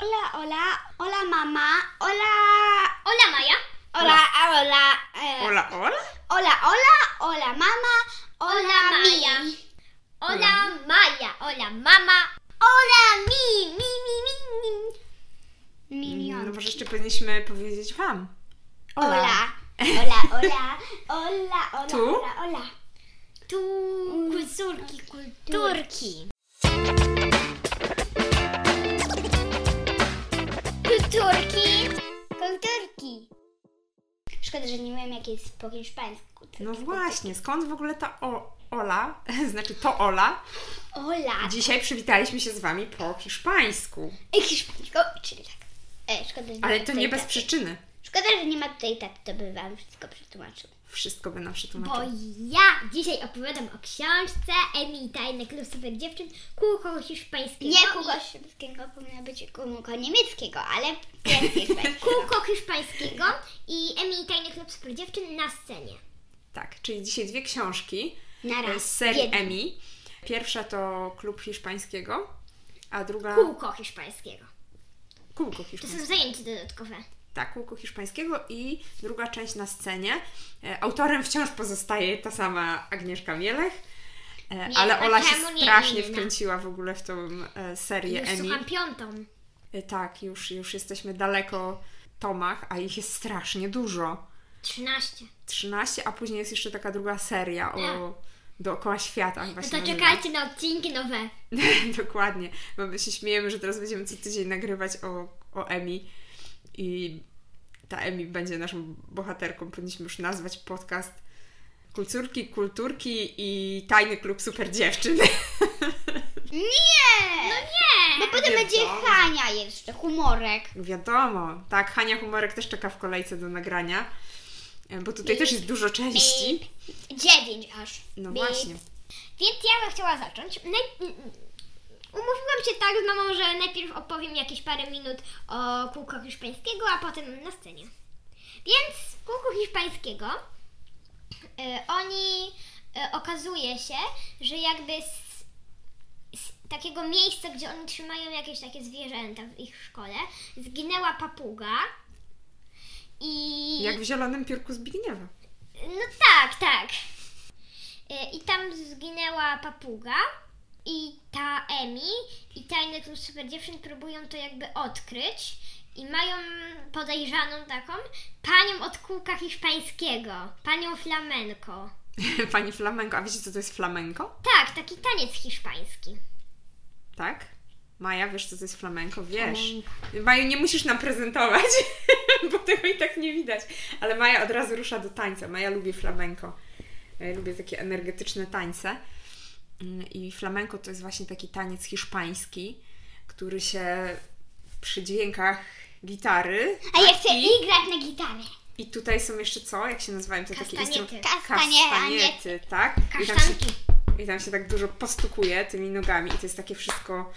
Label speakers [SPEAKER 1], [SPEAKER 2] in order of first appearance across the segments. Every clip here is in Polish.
[SPEAKER 1] Hola, hola, hola mamá, hola,
[SPEAKER 2] Hola Maja.
[SPEAKER 1] hola, ah, hola, eh,
[SPEAKER 3] Ola, ola?
[SPEAKER 1] hola, hola, hola mamá, hola,
[SPEAKER 2] Hola Maja.
[SPEAKER 1] mi.
[SPEAKER 2] Hola Maja. Hola mama.
[SPEAKER 1] Hola mi, mi, mi, mi, mi.
[SPEAKER 3] No
[SPEAKER 1] Milion.
[SPEAKER 3] może jeszcze No powinniśmy powiedzieć wam.
[SPEAKER 1] Hola, hola, hola, hola, hola,
[SPEAKER 3] Tu?
[SPEAKER 1] hola, hola.
[SPEAKER 2] Tu
[SPEAKER 1] Kulturki,
[SPEAKER 2] kulturki. Kulturki.
[SPEAKER 1] Kulturki. Szkoda, że nie wiem, jakie jest po hiszpańsku.
[SPEAKER 3] No właśnie, skąd w ogóle ta o, ola, znaczy to ola?
[SPEAKER 1] Hola.
[SPEAKER 3] Dzisiaj przywitaliśmy się z wami po hiszpańsku.
[SPEAKER 1] Ej, hiszpańsko, czyli tak. E, szkoda, że
[SPEAKER 3] Ale
[SPEAKER 1] ma
[SPEAKER 3] to
[SPEAKER 1] tutaj
[SPEAKER 3] nie bez
[SPEAKER 1] taty.
[SPEAKER 3] przyczyny.
[SPEAKER 1] Szkoda, że nie ma tutaj taty, to by wam wszystko przetłumaczył.
[SPEAKER 3] Wszystko by nam
[SPEAKER 2] Bo
[SPEAKER 3] przetłumaczyło.
[SPEAKER 2] ja dzisiaj opowiadam o książce Emi i tajne królestwo dziewczyn kółko hiszpańskiego.
[SPEAKER 1] Nie
[SPEAKER 2] i-
[SPEAKER 1] kółko szybkiego powinno być kółko niemieckiego, ale jest hiszpańskiego.
[SPEAKER 2] Kółko hiszpańskiego i Emi i tajne królestwo dziewczyn na scenie.
[SPEAKER 3] Tak, czyli dzisiaj dwie książki
[SPEAKER 1] Na
[SPEAKER 3] e,
[SPEAKER 1] raz.
[SPEAKER 3] z serii
[SPEAKER 1] Jedno.
[SPEAKER 3] Emmy. Pierwsza to Klub Hiszpańskiego, a druga
[SPEAKER 2] Kółko hiszpańskiego.
[SPEAKER 3] Kółko
[SPEAKER 2] To
[SPEAKER 3] Hiszpańskiego.
[SPEAKER 2] są zajęcia dodatkowe.
[SPEAKER 3] Tak, Kółko Hiszpańskiego i druga część na scenie. E, Autorem wciąż pozostaje ta sama Agnieszka Mielech, e, ale
[SPEAKER 2] a
[SPEAKER 3] Ola się
[SPEAKER 2] czemu nie
[SPEAKER 3] strasznie
[SPEAKER 2] inna?
[SPEAKER 3] wkręciła w ogóle w tą e, serię
[SPEAKER 2] Już
[SPEAKER 3] Emmy.
[SPEAKER 2] słucham piątą.
[SPEAKER 3] E, Tak, już, już jesteśmy daleko tomach, a ich jest strasznie dużo.
[SPEAKER 2] 13.
[SPEAKER 3] 13, a później jest jeszcze taka druga seria
[SPEAKER 2] Tak.
[SPEAKER 3] o dookoła świata.
[SPEAKER 2] No
[SPEAKER 3] Właśnie
[SPEAKER 2] to
[SPEAKER 3] nazywa.
[SPEAKER 2] czekajcie na odcinki nowe.
[SPEAKER 3] Dokładnie, bo my się śmiejemy, że teraz będziemy co tydzień nagrywać o, o Emi i ta Emi będzie naszą bohaterką. Powinniśmy już nazwać podcast Kulturki, Kulturki i Tajny Klub Super Dziewczyn.
[SPEAKER 1] Nie! No
[SPEAKER 2] Nie!
[SPEAKER 1] Bo potem
[SPEAKER 3] Nie
[SPEAKER 1] będzie
[SPEAKER 3] wolno.
[SPEAKER 1] Hania jeszcze, humorek.
[SPEAKER 3] Wiadomo, tak, Hania Humorek też czeka w kolejce do nagrania, e, bo tutaj też jest dużo części.
[SPEAKER 1] Dziewięć aż.
[SPEAKER 3] No
[SPEAKER 1] Bip.
[SPEAKER 3] właśnie.
[SPEAKER 2] Więc ja bym chciała zacząć. Naj... Umówiłam się tak z mamą, że najpierw opowiem jakieś parę minut o kółko hiszpańskiego, a potem na scenie. Więc kółko hiszpańskiego y, oni y, okazuje się, że jakby z, z takiego miejsca, gdzie oni trzymają jakieś takie zwierzęta w ich szkole, zginęła papuga i
[SPEAKER 3] Jak w Zielonym Piórku Zbigniewa.
[SPEAKER 2] no tak, tak. Y, I tam zginęła papuga i ta Emi i tajny klub super dziewczyn próbują to jakby odkryć i mają podejrzaną taką panią od kółka hiszpańskiego, panią flamenko.
[SPEAKER 3] Pani Flamenko, a wiecie co to jest flamenko?
[SPEAKER 2] Tak, taki taniec hiszpański.
[SPEAKER 3] Tak? Maja, wiesz co to jest flamenko? Wiesz.
[SPEAKER 1] Flamenko.
[SPEAKER 3] Maju, nie musisz nam prezentować, bo tego i tak nie widać. Ale Maja od razu rusza do tańca. Maja lubi flamenko. Ja lubię takie energetyczne tańce. Mm, I flamenko to jest właśnie taki taniec hiszpański, który się przy dźwiękach gitary.
[SPEAKER 1] A ja chcę i grać na gitarę.
[SPEAKER 3] I tutaj są jeszcze co? Jak się nazywają te takie
[SPEAKER 2] Kastaniety.
[SPEAKER 3] instru-
[SPEAKER 1] Kastanie-
[SPEAKER 3] Kastaniety, tak? I tam, się,
[SPEAKER 2] Kasztanki.
[SPEAKER 3] I tam się tak dużo postukuje tymi nogami i to jest takie wszystko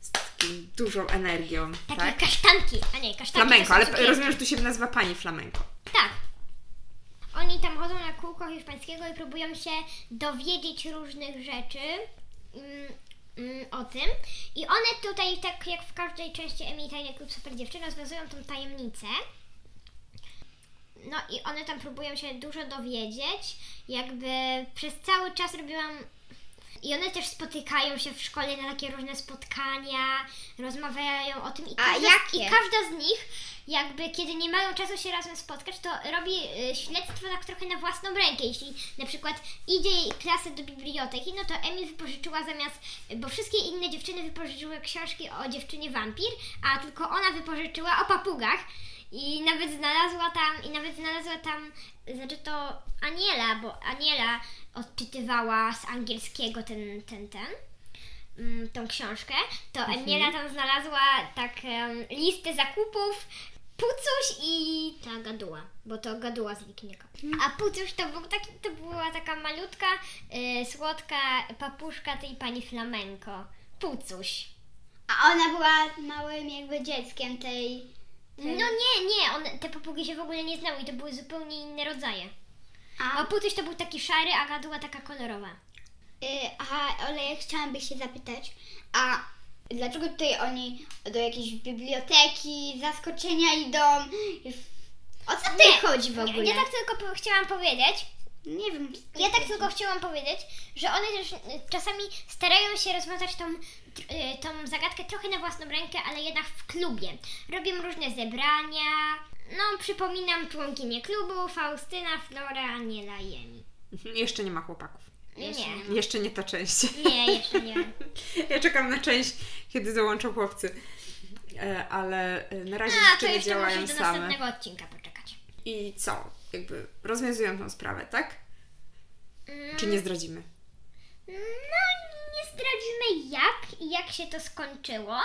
[SPEAKER 3] z takim dużą energią,
[SPEAKER 2] Takie
[SPEAKER 3] tak?
[SPEAKER 2] kasztanki, a nie, kasztanki. to
[SPEAKER 3] Flamenko,
[SPEAKER 2] są
[SPEAKER 3] ale
[SPEAKER 2] cukierki.
[SPEAKER 3] rozumiem, że tu się nazywa pani flamenko.
[SPEAKER 2] Tak. Oni tam chodzą na kółko hiszpańskiego i próbują się dowiedzieć różnych rzeczy mm, mm, o tym. I one tutaj, tak jak w każdej części Emi i Tajny Klub Super Dziewczyn, rozwiązują tą tajemnicę. No i one tam próbują się dużo dowiedzieć. Jakby przez cały czas robiłam... I one też spotykają się w szkole na takie różne spotkania, rozmawiają o tym. I
[SPEAKER 1] A
[SPEAKER 2] każda,
[SPEAKER 1] jakie?
[SPEAKER 2] I każda z nich jakby kiedy nie mają czasu się razem spotkać, to robi y, śledztwo tak trochę na własną rękę. Jeśli na przykład idzie jej klasa do biblioteki, no to Emil wypożyczyła zamiast, bo wszystkie inne dziewczyny wypożyczyły książki o dziewczynie wampir, a tylko ona wypożyczyła o papugach i nawet znalazła tam, i nawet znalazła tam, znaczy to Aniela, bo Aniela odczytywała z angielskiego ten, ten, ten mm, tą książkę, to
[SPEAKER 1] Mhm.
[SPEAKER 2] Emilia tam znalazła tak em, listę zakupów Pucuś i ta gaduła, bo to gaduła zniknika.
[SPEAKER 1] Mhm.
[SPEAKER 2] A Pucuś to, był taki, to była taka malutka, y, słodka papuszka tej pani flamenko. Pucuś.
[SPEAKER 1] A ona była małym jakby dzieckiem tej...
[SPEAKER 2] No
[SPEAKER 1] Mhm.
[SPEAKER 2] nie, nie, one, te papugi się w ogóle nie znały i to były zupełnie inne rodzaje.
[SPEAKER 1] A,
[SPEAKER 2] Bo Pucuś to był taki szary, a gaduła taka kolorowa.
[SPEAKER 1] y, aha, ale ja chciałam by się zapytać, a Dlaczego tutaj oni do jakiejś biblioteki, zaskoczenia idą? O co tutaj chodzi w
[SPEAKER 2] Ja,
[SPEAKER 1] ogóle?
[SPEAKER 2] ja tak tylko po- chciałam powiedzieć,
[SPEAKER 1] nie wiem.
[SPEAKER 2] ja tak tylko chciałam powiedzieć, że one też y, czasami starają się rozwiązać tą, tr- y, tą zagadkę trochę na własną rękę, ale jednak w klubie. Robią różne zebrania. No, przypominam członkinie klubu Faustyna, Flora, Aniela i Emi.
[SPEAKER 3] Mhm, Jeszcze nie ma chłopaków.
[SPEAKER 1] Jeszcze
[SPEAKER 2] Nie,
[SPEAKER 3] Jeszcze nie ta część.
[SPEAKER 2] nie, jeszcze nie.
[SPEAKER 3] Ja czekam na część, kiedy dołączą chłopcy. E, Ale e, na razie
[SPEAKER 2] A, to
[SPEAKER 3] dziewczyny
[SPEAKER 2] jeszcze
[SPEAKER 3] działają
[SPEAKER 2] możesz do
[SPEAKER 3] same.
[SPEAKER 2] następnego odcinka poczekać.
[SPEAKER 3] I co? Jakby rozwiązują tą sprawę, tak?
[SPEAKER 2] Mm.
[SPEAKER 3] Czy nie zdradzimy?
[SPEAKER 2] No, nie zdradzimy jak i jak się to skończyło,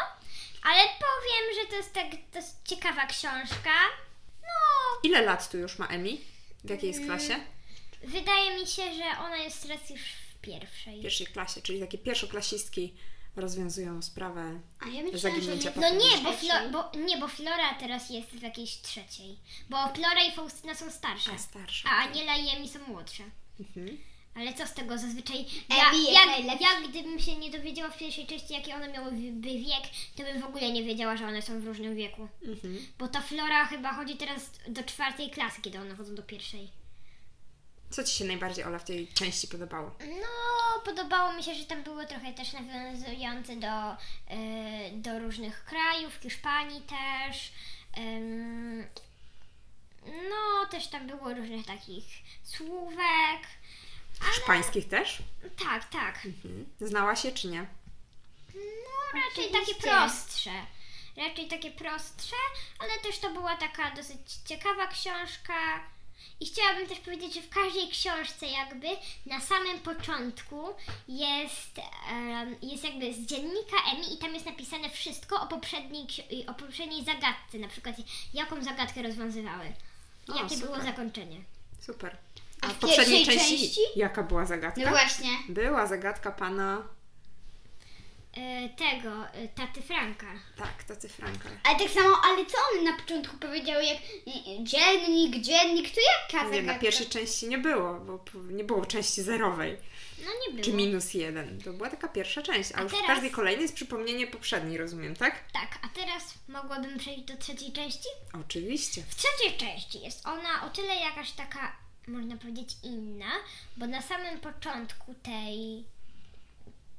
[SPEAKER 2] ale powiem, że to jest tak dość ciekawa książka. No,
[SPEAKER 3] Ile lat tu już ma Emi? W jakiej
[SPEAKER 2] Mm.
[SPEAKER 3] jest klasie?
[SPEAKER 2] wydaje mi się, że ona jest teraz już w pierwszej.
[SPEAKER 3] W pierwszej klasie, czyli takie pierwszoklasistki rozwiązują sprawę.
[SPEAKER 1] A ja myślałam, że
[SPEAKER 3] Zaginięcia
[SPEAKER 1] nie.
[SPEAKER 2] No nie bo, Flo, bo, nie, bo Flora teraz jest w jakiejś trzeciej. Bo Flora i Faustyna są starsze,
[SPEAKER 1] Tak,
[SPEAKER 3] A starsza.
[SPEAKER 2] Tak. a Aniela i Emi są młodsze.
[SPEAKER 3] Mhm.
[SPEAKER 2] Ale co z tego zazwyczaj? Ja,
[SPEAKER 1] Abby jest
[SPEAKER 2] ja,
[SPEAKER 1] najlepsza.
[SPEAKER 2] ja gdybym się nie dowiedziała w pierwszej części, jaki one miałyby wiek, to bym w ogóle nie wiedziała, że one są w różnym wieku.
[SPEAKER 3] Mhm.
[SPEAKER 2] Bo ta Flora chyba chodzi teraz do czwartej klasy, kiedy one chodzą do pierwszej.
[SPEAKER 3] Co Ci się najbardziej, Ola, w tej części podobało?
[SPEAKER 2] No, podobało mi się, że tam było trochę też nawiązujące do, y, do różnych krajów, Hiszpanii też. Ym, no, też tam było różnych takich słówek.
[SPEAKER 3] Hiszpańskich też?
[SPEAKER 2] Tak, tak.
[SPEAKER 3] Mhm. Znała się czy nie?
[SPEAKER 2] No, raczej
[SPEAKER 1] Oczywiście.
[SPEAKER 2] takie prostsze. Raczej takie prostsze, ale też to była taka dosyć ciekawa książka. I chciałabym też powiedzieć, że w każdej książce jakby na samym początku jest, em, jest jakby z dziennika Emi i tam jest napisane wszystko o poprzedniej, ksi- i o poprzedniej zagadce, na przykład jaką zagadkę rozwiązywały. i
[SPEAKER 3] O,
[SPEAKER 2] Jakie było
[SPEAKER 3] super.
[SPEAKER 2] zakończenie.
[SPEAKER 3] Super.
[SPEAKER 1] A w pierwszej części?
[SPEAKER 3] jaka była zagadka?
[SPEAKER 1] No właśnie.
[SPEAKER 3] była zagadka pana.
[SPEAKER 2] E, tego, e, taty Franka.
[SPEAKER 3] Tak, tacy Franka.
[SPEAKER 1] Ale tak samo, ale co on na początku powiedział, jak dziennik, dziennik, to jaka
[SPEAKER 3] Nie, na
[SPEAKER 1] zagadka?
[SPEAKER 3] pierwszej części nie było, bo p- nie było części zerowej,
[SPEAKER 2] No nie było.
[SPEAKER 3] czy minus jeden. To była taka pierwsza część, a,
[SPEAKER 2] A
[SPEAKER 3] już w
[SPEAKER 2] teraz-
[SPEAKER 3] każdej kolejnej jest przypomnienie poprzedniej, rozumiem, tak?
[SPEAKER 2] Tak, a teraz mogłabym przejść do trzeciej części?
[SPEAKER 3] Oczywiście.
[SPEAKER 2] W trzeciej części jest ona o tyle jakaś taka, można powiedzieć, inna, bo na samym początku tej,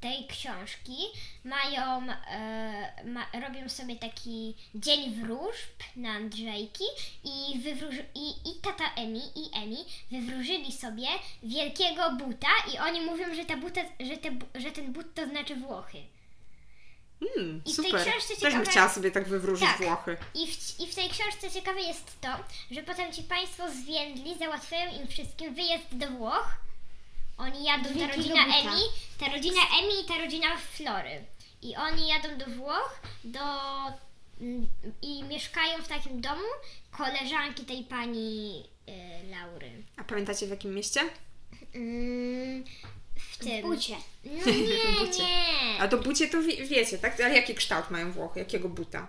[SPEAKER 2] tej książki mają, e, ma, robią sobie taki dzień wróżb na Andrzejki i, wywróż, i, i tata Emi i Emi wywróżyli sobie wielkiego buta i oni mówią, że, ta buta, że, te, bu- że ten but to znaczy Włochy.
[SPEAKER 3] Hmm,
[SPEAKER 2] I w tej
[SPEAKER 3] super.
[SPEAKER 2] książce
[SPEAKER 3] Też bym
[SPEAKER 2] ciekawe-
[SPEAKER 3] chciała sobie tak wywróżyć
[SPEAKER 2] Tak.
[SPEAKER 3] Włochy.
[SPEAKER 2] I w, I w tej książce ciekawe jest to, że potem ci państwo zwiędli załatwiają im wszystkim wyjazd do Włoch. Oni jadą, ta
[SPEAKER 1] Wielkiego
[SPEAKER 2] rodzina
[SPEAKER 1] buta.
[SPEAKER 2] Emi, ta rodzina Emi i ta rodzina Flory. I oni jadą do Włoch do, mm, i mieszkają w takim domu koleżanki tej pani y, Laury.
[SPEAKER 3] A pamiętacie w jakim mieście?
[SPEAKER 2] Mm, w tym.
[SPEAKER 1] W bucie.
[SPEAKER 2] No nie,
[SPEAKER 3] bucie.
[SPEAKER 2] nie.
[SPEAKER 3] A to bucie to wie, wiecie, tak? Ale jaki kształt mają Włochy? Jakiego buta?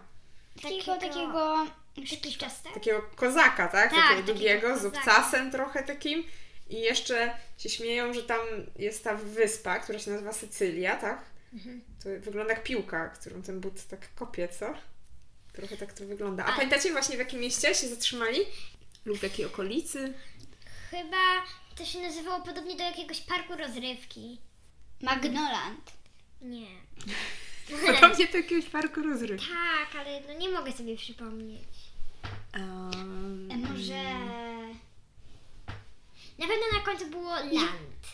[SPEAKER 1] Takiego, takiego...
[SPEAKER 2] Jakiś czas tak?
[SPEAKER 3] Takiego kozaka, tak?
[SPEAKER 2] Tak,
[SPEAKER 3] takiego
[SPEAKER 2] takiego
[SPEAKER 3] długiego, z
[SPEAKER 2] kozaka.
[SPEAKER 3] obcasem trochę takim. I jeszcze się śmieją, że tam jest ta wyspa, która się nazywa Sycylia, tak? To wygląda jak piłka, którą ten but tak kopie, co? Trochę tak to wygląda. A
[SPEAKER 2] Ale-
[SPEAKER 3] pamiętacie właśnie w jakim mieście się zatrzymali? Lub w jakiej okolicy?
[SPEAKER 2] Chyba to się nazywało podobnie do jakiegoś parku rozrywki.
[SPEAKER 1] Magnoland.
[SPEAKER 2] Nie.
[SPEAKER 3] Podobnie do jakiegoś parku rozrywki.
[SPEAKER 2] Tak, ale no nie mogę sobie przypomnieć.
[SPEAKER 1] E,
[SPEAKER 3] Um,
[SPEAKER 1] Może...
[SPEAKER 2] Na pewno na końcu było land.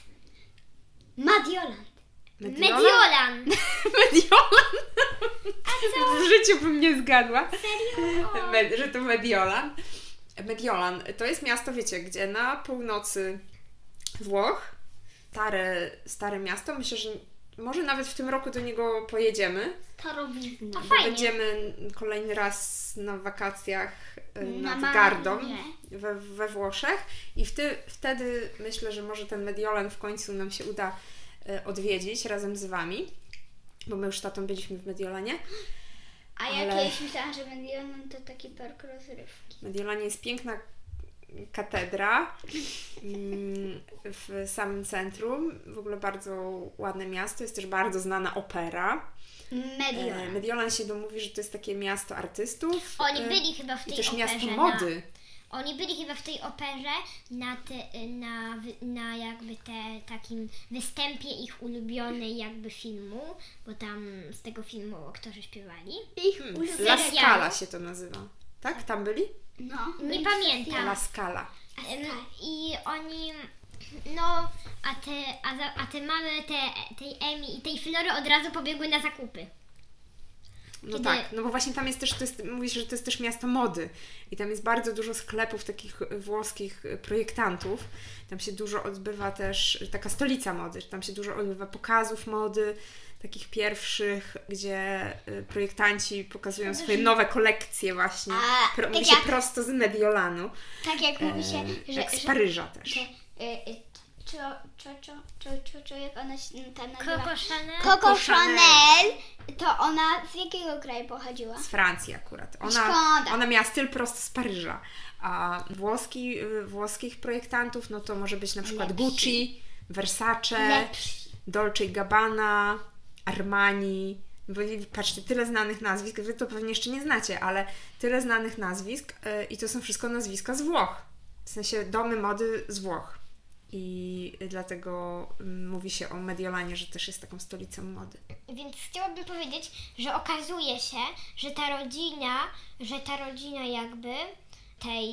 [SPEAKER 1] Madioland.
[SPEAKER 3] Mediolan?
[SPEAKER 2] Mediolan!
[SPEAKER 3] Mediolan! W życiu bym nie zgadła.
[SPEAKER 2] Serio?
[SPEAKER 3] Med, że to Mediolan. Mediolan to jest miasto, wiecie, gdzie na północy Włoch, stare, stare miasto, myślę, że może nawet w tym roku do niego pojedziemy.
[SPEAKER 1] Starowizna.
[SPEAKER 2] A
[SPEAKER 3] bo
[SPEAKER 2] fajnie.
[SPEAKER 3] Będziemy kolejny raz na wakacjach e,
[SPEAKER 1] Na
[SPEAKER 3] nad
[SPEAKER 1] Marinie.
[SPEAKER 3] Gardą we, we Włoszech i wty, wtedy myślę, że może ten Mediolan w końcu nam się uda e, odwiedzić razem z Wami, bo my już z tatą byliśmy w Mediolanie.
[SPEAKER 1] A
[SPEAKER 3] Ale-
[SPEAKER 1] jakieś myślałam, że Medioland to taki park rozrywki.
[SPEAKER 3] Mediolanie jest piękna katedra mm, w samym centrum. W ogóle bardzo ładne miasto, jest też bardzo znana opera. E,
[SPEAKER 1] Mediolan.
[SPEAKER 3] Mediolan się domówi, że to jest takie miasto artystów.
[SPEAKER 2] Oni
[SPEAKER 3] e,
[SPEAKER 2] byli chyba w tej
[SPEAKER 3] I też
[SPEAKER 2] operze no.
[SPEAKER 3] miasto
[SPEAKER 2] na-
[SPEAKER 3] mody.
[SPEAKER 2] Oni byli chyba w tej operze na, te, na, wy- na jakby te, takim występie ich ulubionej jakby filmu, bo tam z tego filmu aktorzy śpiewali.
[SPEAKER 1] Ich
[SPEAKER 3] Hmm. La
[SPEAKER 2] serialu.
[SPEAKER 3] Scala się to nazywa. Tak? Tam byli?
[SPEAKER 1] No.
[SPEAKER 2] Nie pamiętam.
[SPEAKER 3] La Scala.
[SPEAKER 2] Em, I oni, no, a te, a, za, a te mamy te, tej Emi i tej Flory od razu pobiegły na zakupy.
[SPEAKER 3] No
[SPEAKER 2] Kiedy-
[SPEAKER 3] tak, no bo właśnie tam jest też, to jest, mówisz, że to jest też miasto mody i tam jest bardzo dużo sklepów takich włoskich e, projektantów. Tam się dużo odbywa też, e, taka stolica mody, że tam się dużo odbywa pokazów mody, takich pierwszych, gdzie e, projektanci pokazują swoje nowe kolekcje właśnie.
[SPEAKER 1] A,
[SPEAKER 3] Pro,
[SPEAKER 1] tak
[SPEAKER 3] mówi się
[SPEAKER 1] jak-
[SPEAKER 3] prosto z Mediolanu,
[SPEAKER 1] Tak jak mówi się,
[SPEAKER 3] e,
[SPEAKER 1] że...
[SPEAKER 3] tak z
[SPEAKER 1] że-
[SPEAKER 3] Paryża
[SPEAKER 1] że,
[SPEAKER 3] też.
[SPEAKER 1] y, y, Czo, czo, czo, czo, czo, czo, jak ona się tam nazywa?
[SPEAKER 2] Coco Chanel.
[SPEAKER 1] Coco
[SPEAKER 3] Coco
[SPEAKER 1] Chanel, to ona z jakiego kraju pochodziła?
[SPEAKER 3] Z Francji akurat. Ona,
[SPEAKER 1] Szkoda.
[SPEAKER 3] ona miała styl prosto z Paryża. A włoski, y, włoskich projektantów, no to może być na przykład
[SPEAKER 1] Lepsi.
[SPEAKER 3] Gucci, Versace,
[SPEAKER 1] Lepsi.
[SPEAKER 3] Dolce Gabbana, Armani. Bo i- patrzcie, tyle znanych nazwisk, wy to pewnie jeszcze nie znacie, ale tyle znanych nazwisk y, i to są wszystko nazwiska z Włoch. W sensie domy mody z Włoch. I dlatego mm, mówi się o Mediolanie, że też jest taką stolicą mody.
[SPEAKER 2] Więc chciałabym powiedzieć, że okazuje się, że ta rodzina, że ta rodzina jakby tej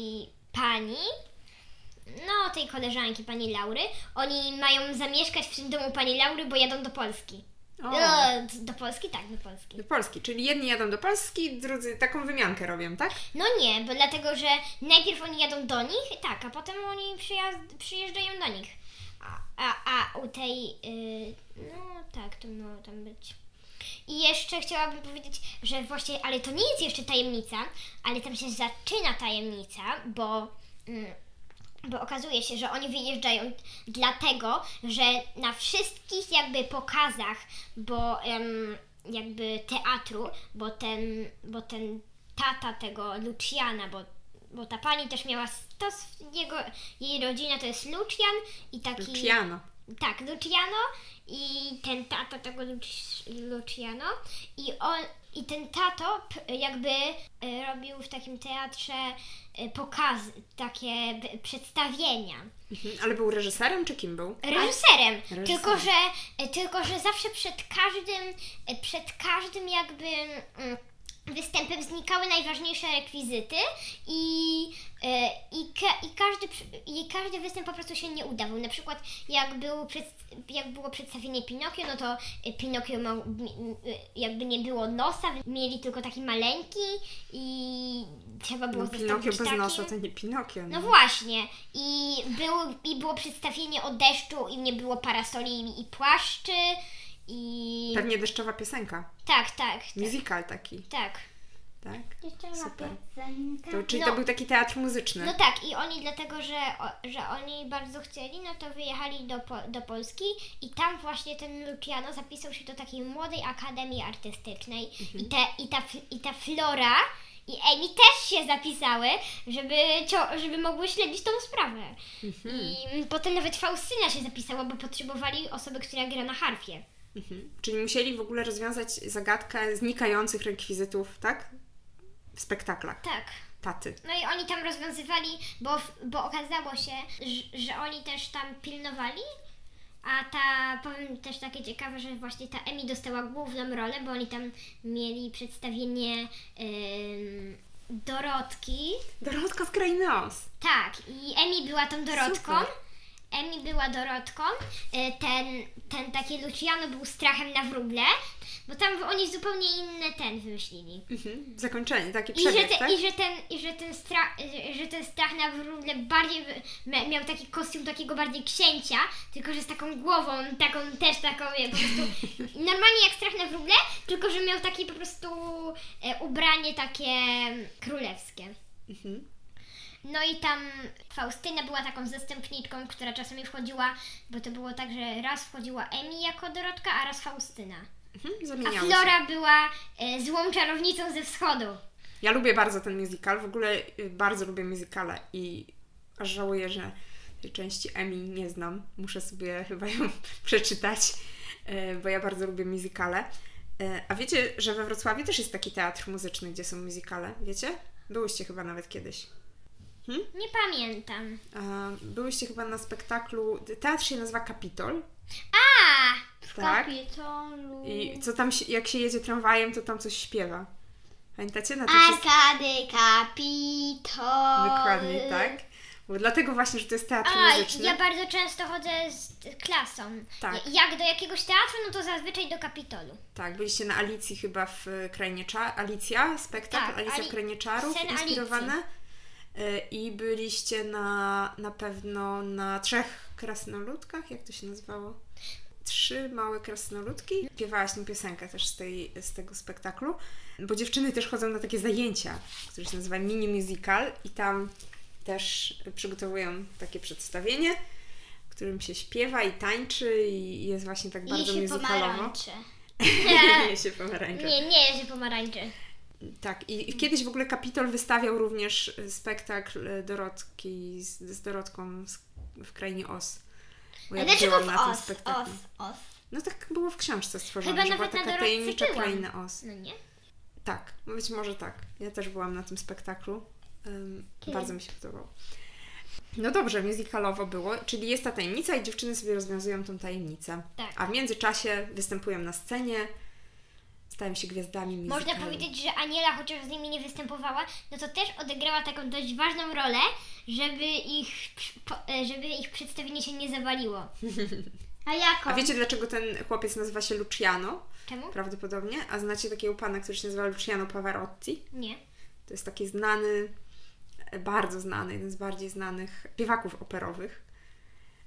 [SPEAKER 2] pani, no tej koleżanki pani Laury, oni mają zamieszkać w tym domu pani Laury, bo jadą do Polski.
[SPEAKER 3] O.
[SPEAKER 2] E, do Polski? Tak, do Polski.
[SPEAKER 3] Do Polski, czyli jedni jadą do Polski, drudzy taką wymiankę robią, tak?
[SPEAKER 2] No nie, bo dlatego, że najpierw oni jadą do nich, tak, a potem oni przyjazd, przyjeżdżają do nich. A, a, a u tej, y, no tak, to miało tam być. I jeszcze chciałabym powiedzieć, że właśnie, ale to nie jest jeszcze tajemnica, ale tam się zaczyna tajemnica, bo, mm, bo okazuje się, że oni wyjeżdżają dlatego, że na wszystkich jakby pokazach, bo em, jakby teatru, bo ten, bo ten tata tego Luciana, bo, bo ta pani też miała, s- to z jego, jej rodzina to jest Lucian i taki...
[SPEAKER 3] Luciano.
[SPEAKER 2] Tak, Luciano i ten tato tego Luci- Luciano i on i ten tato p- jakby e, robił w takim teatrze e, pokazy, takie b- przedstawienia.
[SPEAKER 3] Mhm. Ale był reżyserem, czy kim
[SPEAKER 2] E,
[SPEAKER 3] był?
[SPEAKER 2] Reżyserem,
[SPEAKER 3] Reżyserem.
[SPEAKER 2] Tylko, że, e, tylko że zawsze przed każdym, e, przed każdym jakby mm, występem znikały najważniejsze rekwizyty i, e, i, ka, i, każdy, przy- i każdy występ po prostu się nie udawał. Na przykład jak, był przed, jak było przedstawienie Pinokio, no to e, Pinokio ma, m- m- e, jakby nie było nosa, mieli tylko taki maleńki i trzeba było
[SPEAKER 3] No, Pinokio bez
[SPEAKER 2] zastąpić takim.
[SPEAKER 3] nosa to nie Pinokio.
[SPEAKER 2] No właśnie. I, był, I było przedstawienie o deszczu i nie było parasoli i płaszczy i...
[SPEAKER 3] Pewnie deszczowa piosenka.
[SPEAKER 2] Tak, tak, tak.
[SPEAKER 3] Musical taki,
[SPEAKER 2] tak.
[SPEAKER 3] tak?
[SPEAKER 1] Jeszcze
[SPEAKER 3] Super.
[SPEAKER 1] piosenka.
[SPEAKER 3] To, czyli
[SPEAKER 2] No.
[SPEAKER 3] to był taki teatr muzyczny.
[SPEAKER 2] No tak, i oni dlatego, że, o, że oni bardzo chcieli, no to wyjechali do, po, do Polski i tam właśnie ten Luciano zapisał się do takiej młodej akademii artystycznej I, te, i, ta, f- i ta Flora i Emi też się zapisały, żeby, cio- żeby mogły śledzić tą sprawę. I potem nawet Faustyna się zapisała, bo potrzebowali osoby, która gra na harfie.
[SPEAKER 3] Mhm. Czyli musieli w ogóle rozwiązać zagadkę znikających rekwizytów, tak? W spektaklach.
[SPEAKER 2] Tak.
[SPEAKER 3] Taty.
[SPEAKER 2] No i oni tam rozwiązywali, bo, bo okazało się, że, że oni też tam pilnowali. A ta, powiem też takie ciekawe, że właśnie ta Emi dostała główną rolę, bo oni tam mieli przedstawienie ym, Dorotki.
[SPEAKER 3] Dorotka z Krainy Oz.
[SPEAKER 2] Tak, i Emi była tą Dorotką.
[SPEAKER 3] Super.
[SPEAKER 2] Emi była Dorotką. Y, Ten, ten taki Luciano był strachem na wróble, bo tam oni zupełnie inny ten wymyślili.
[SPEAKER 3] Mhm. Zakończenie, taki
[SPEAKER 2] I że,
[SPEAKER 3] przebieg, tak?
[SPEAKER 2] te, i, że ten, I że ten strach, że ten strach na wróble bardziej by- mia- miał taki kostium takiego bardziej księcia, tylko że z taką głową, taką też taką jak po prostu normalnie jak strach na wróble, tylko że miał takie po prostu e, ubranie takie mm, królewskie.
[SPEAKER 3] Mhm.
[SPEAKER 2] No i tam Faustyna była taką zastępniczką, która czasami wchodziła, bo to było tak, że raz wchodziła Emi jako Dorotka, a raz Faustyna.
[SPEAKER 3] Mhm.
[SPEAKER 2] A
[SPEAKER 3] Zamieniały się.
[SPEAKER 2] Flora była e, złą czarownicą ze wschodu.
[SPEAKER 3] Ja lubię bardzo ten musical, w ogóle y, bardzo lubię musicale i aż żałuję, że tej części Emmy nie znam. Muszę sobie chyba ją przeczytać, e, bo ja bardzo lubię muzykale. E, A wiecie, że we Wrocławiu też jest taki teatr muzyczny, gdzie są muzykale, wiecie? Byłyście chyba nawet kiedyś.
[SPEAKER 2] Nie pamiętam.
[SPEAKER 3] E, Byłyście chyba na spektaklu, teatr się nazywa Kapitol,
[SPEAKER 2] A!
[SPEAKER 3] tak?
[SPEAKER 1] Kapitolu.
[SPEAKER 3] I co tam, się, jak się jedzie tramwajem, to tam coś śpiewa. Pamiętacie? Na to wszystko?
[SPEAKER 1] Arkady Kapitol.
[SPEAKER 3] Dokładnie, tak? Bo dlatego właśnie, że to jest teatr
[SPEAKER 2] A,
[SPEAKER 3] muzyczny.
[SPEAKER 2] ja bardzo często chodzę z klasą.
[SPEAKER 3] Tak.
[SPEAKER 2] Ja- Jak do jakiegoś teatru, no to zazwyczaj do Kapitolu.
[SPEAKER 3] Tak, byliście na Alicji chyba w e, Krainie Czar... Alicja, spektakl
[SPEAKER 2] Tak,
[SPEAKER 3] Alicja
[SPEAKER 2] Ali-
[SPEAKER 3] w Krainie Czarów,
[SPEAKER 2] scena
[SPEAKER 3] inspirowane. E, I byliście na, na pewno na trzech krasnoludkach, jak to się nazywało? Trzy małe krasnoludki. Śpiewałaś tę piosenkę też z, tej, z tego spektaklu, bo dziewczyny też chodzą na takie zajęcia, które się nazywa mini musical i tam też przygotowują takie przedstawienie, w którym się śpiewa i tańczy i jest właśnie tak
[SPEAKER 1] I
[SPEAKER 3] bardzo
[SPEAKER 1] się
[SPEAKER 3] musicalowo.
[SPEAKER 1] pomarańcze.
[SPEAKER 3] Nie się pomarańcze.
[SPEAKER 2] Nie, nie jeżdżę pomarańczy.
[SPEAKER 3] Tak, i i kiedyś w ogóle Kapitol wystawiał również e, spektakl e, Dorotki z, z Dorotką z, w krainie Oz. Bo
[SPEAKER 1] A dlaczego
[SPEAKER 3] byłam
[SPEAKER 1] w
[SPEAKER 3] na tym
[SPEAKER 1] os, os,
[SPEAKER 3] spektaklu.
[SPEAKER 1] os?
[SPEAKER 3] No tak było w książce stworzone,
[SPEAKER 2] Chyba
[SPEAKER 3] że była
[SPEAKER 2] nawet na
[SPEAKER 3] taka
[SPEAKER 2] Dorotce
[SPEAKER 3] tajemnicza
[SPEAKER 2] byłam.
[SPEAKER 3] kraina Oz.
[SPEAKER 2] No nie?
[SPEAKER 3] Tak, być może tak. Ja też byłam na tym spektaklu. Ym,
[SPEAKER 2] Kiedy?
[SPEAKER 3] bardzo mi się podobało. No dobrze, musicalowo było, czyli jest ta tajemnica i dziewczyny sobie rozwiązują tą tajemnicę.
[SPEAKER 2] Tak.
[SPEAKER 3] A w międzyczasie występują na scenie, stają się gwiazdami musicalu.
[SPEAKER 2] Można powiedzieć, że Aniela, chociaż z nimi nie występowała, no to też odegrała taką dość ważną rolę, żeby ich, przy- po- e, żeby ich przedstawienie się nie zawaliło.
[SPEAKER 1] A jaką?
[SPEAKER 3] A wiecie dlaczego ten chłopiec nazywa się Luciano?
[SPEAKER 2] Czemu?
[SPEAKER 3] Prawdopodobnie. A znacie takiego pana, który się nazywa Luciano Pavarotti?
[SPEAKER 2] Nie.
[SPEAKER 3] To jest taki znany, e, bardzo znany, jeden z bardziej znanych śpiewaków operowych.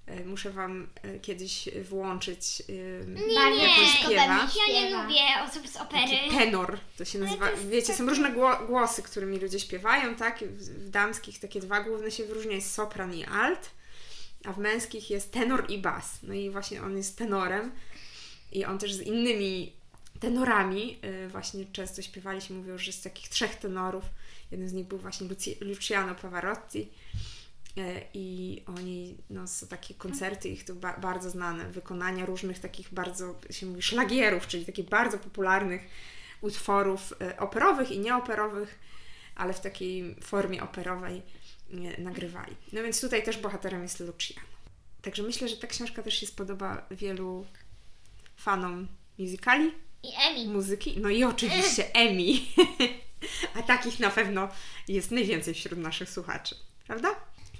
[SPEAKER 3] E, Muszę Wam e, kiedyś włączyć e,
[SPEAKER 2] Nie,
[SPEAKER 1] Bardzo
[SPEAKER 2] nie.
[SPEAKER 3] jak on śpiewa.
[SPEAKER 1] śpiewa.
[SPEAKER 2] Ja nie lubię osób z
[SPEAKER 3] Taki
[SPEAKER 2] opery.
[SPEAKER 3] tenor, to się nazywa. Wiecie, są różne gło- głosy, którymi ludzie śpiewają, tak? W w damskich takie dwa główne się wyróżnia, jest sopran i alt, a w męskich jest tenor i bas. No i właśnie on jest tenorem i on też z innymi tenorami y, właśnie często śpiewali się, mówią, że z takich trzech tenorów, jeden z nich był właśnie Luci- Luciano Pavarotti y, i oni, no są takie koncerty ich to ba- bardzo znane, wykonania różnych takich bardzo, się mówi, szlagierów, czyli takich bardzo popularnych utworów y, operowych i nieoperowych, ale w takiej formie operowej y, nagrywali. No więc tutaj też bohaterem jest Luciano. Także myślę, że ta książka też się spodoba wielu fanom musicali,
[SPEAKER 2] I Emi.
[SPEAKER 3] muzyki, no i oczywiście Emmy. A takich na pewno jest najwięcej wśród naszych słuchaczy, prawda?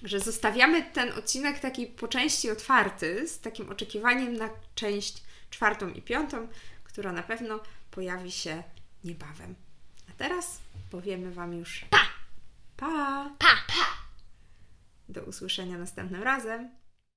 [SPEAKER 3] Że zostawiamy ten odcinek taki po części otwarty, z takim oczekiwaniem na część czwartą i piątą, która na pewno pojawi się niebawem. A teraz powiemy Wam już pa! Pa!
[SPEAKER 2] Pa!
[SPEAKER 3] Do usłyszenia następnym razem.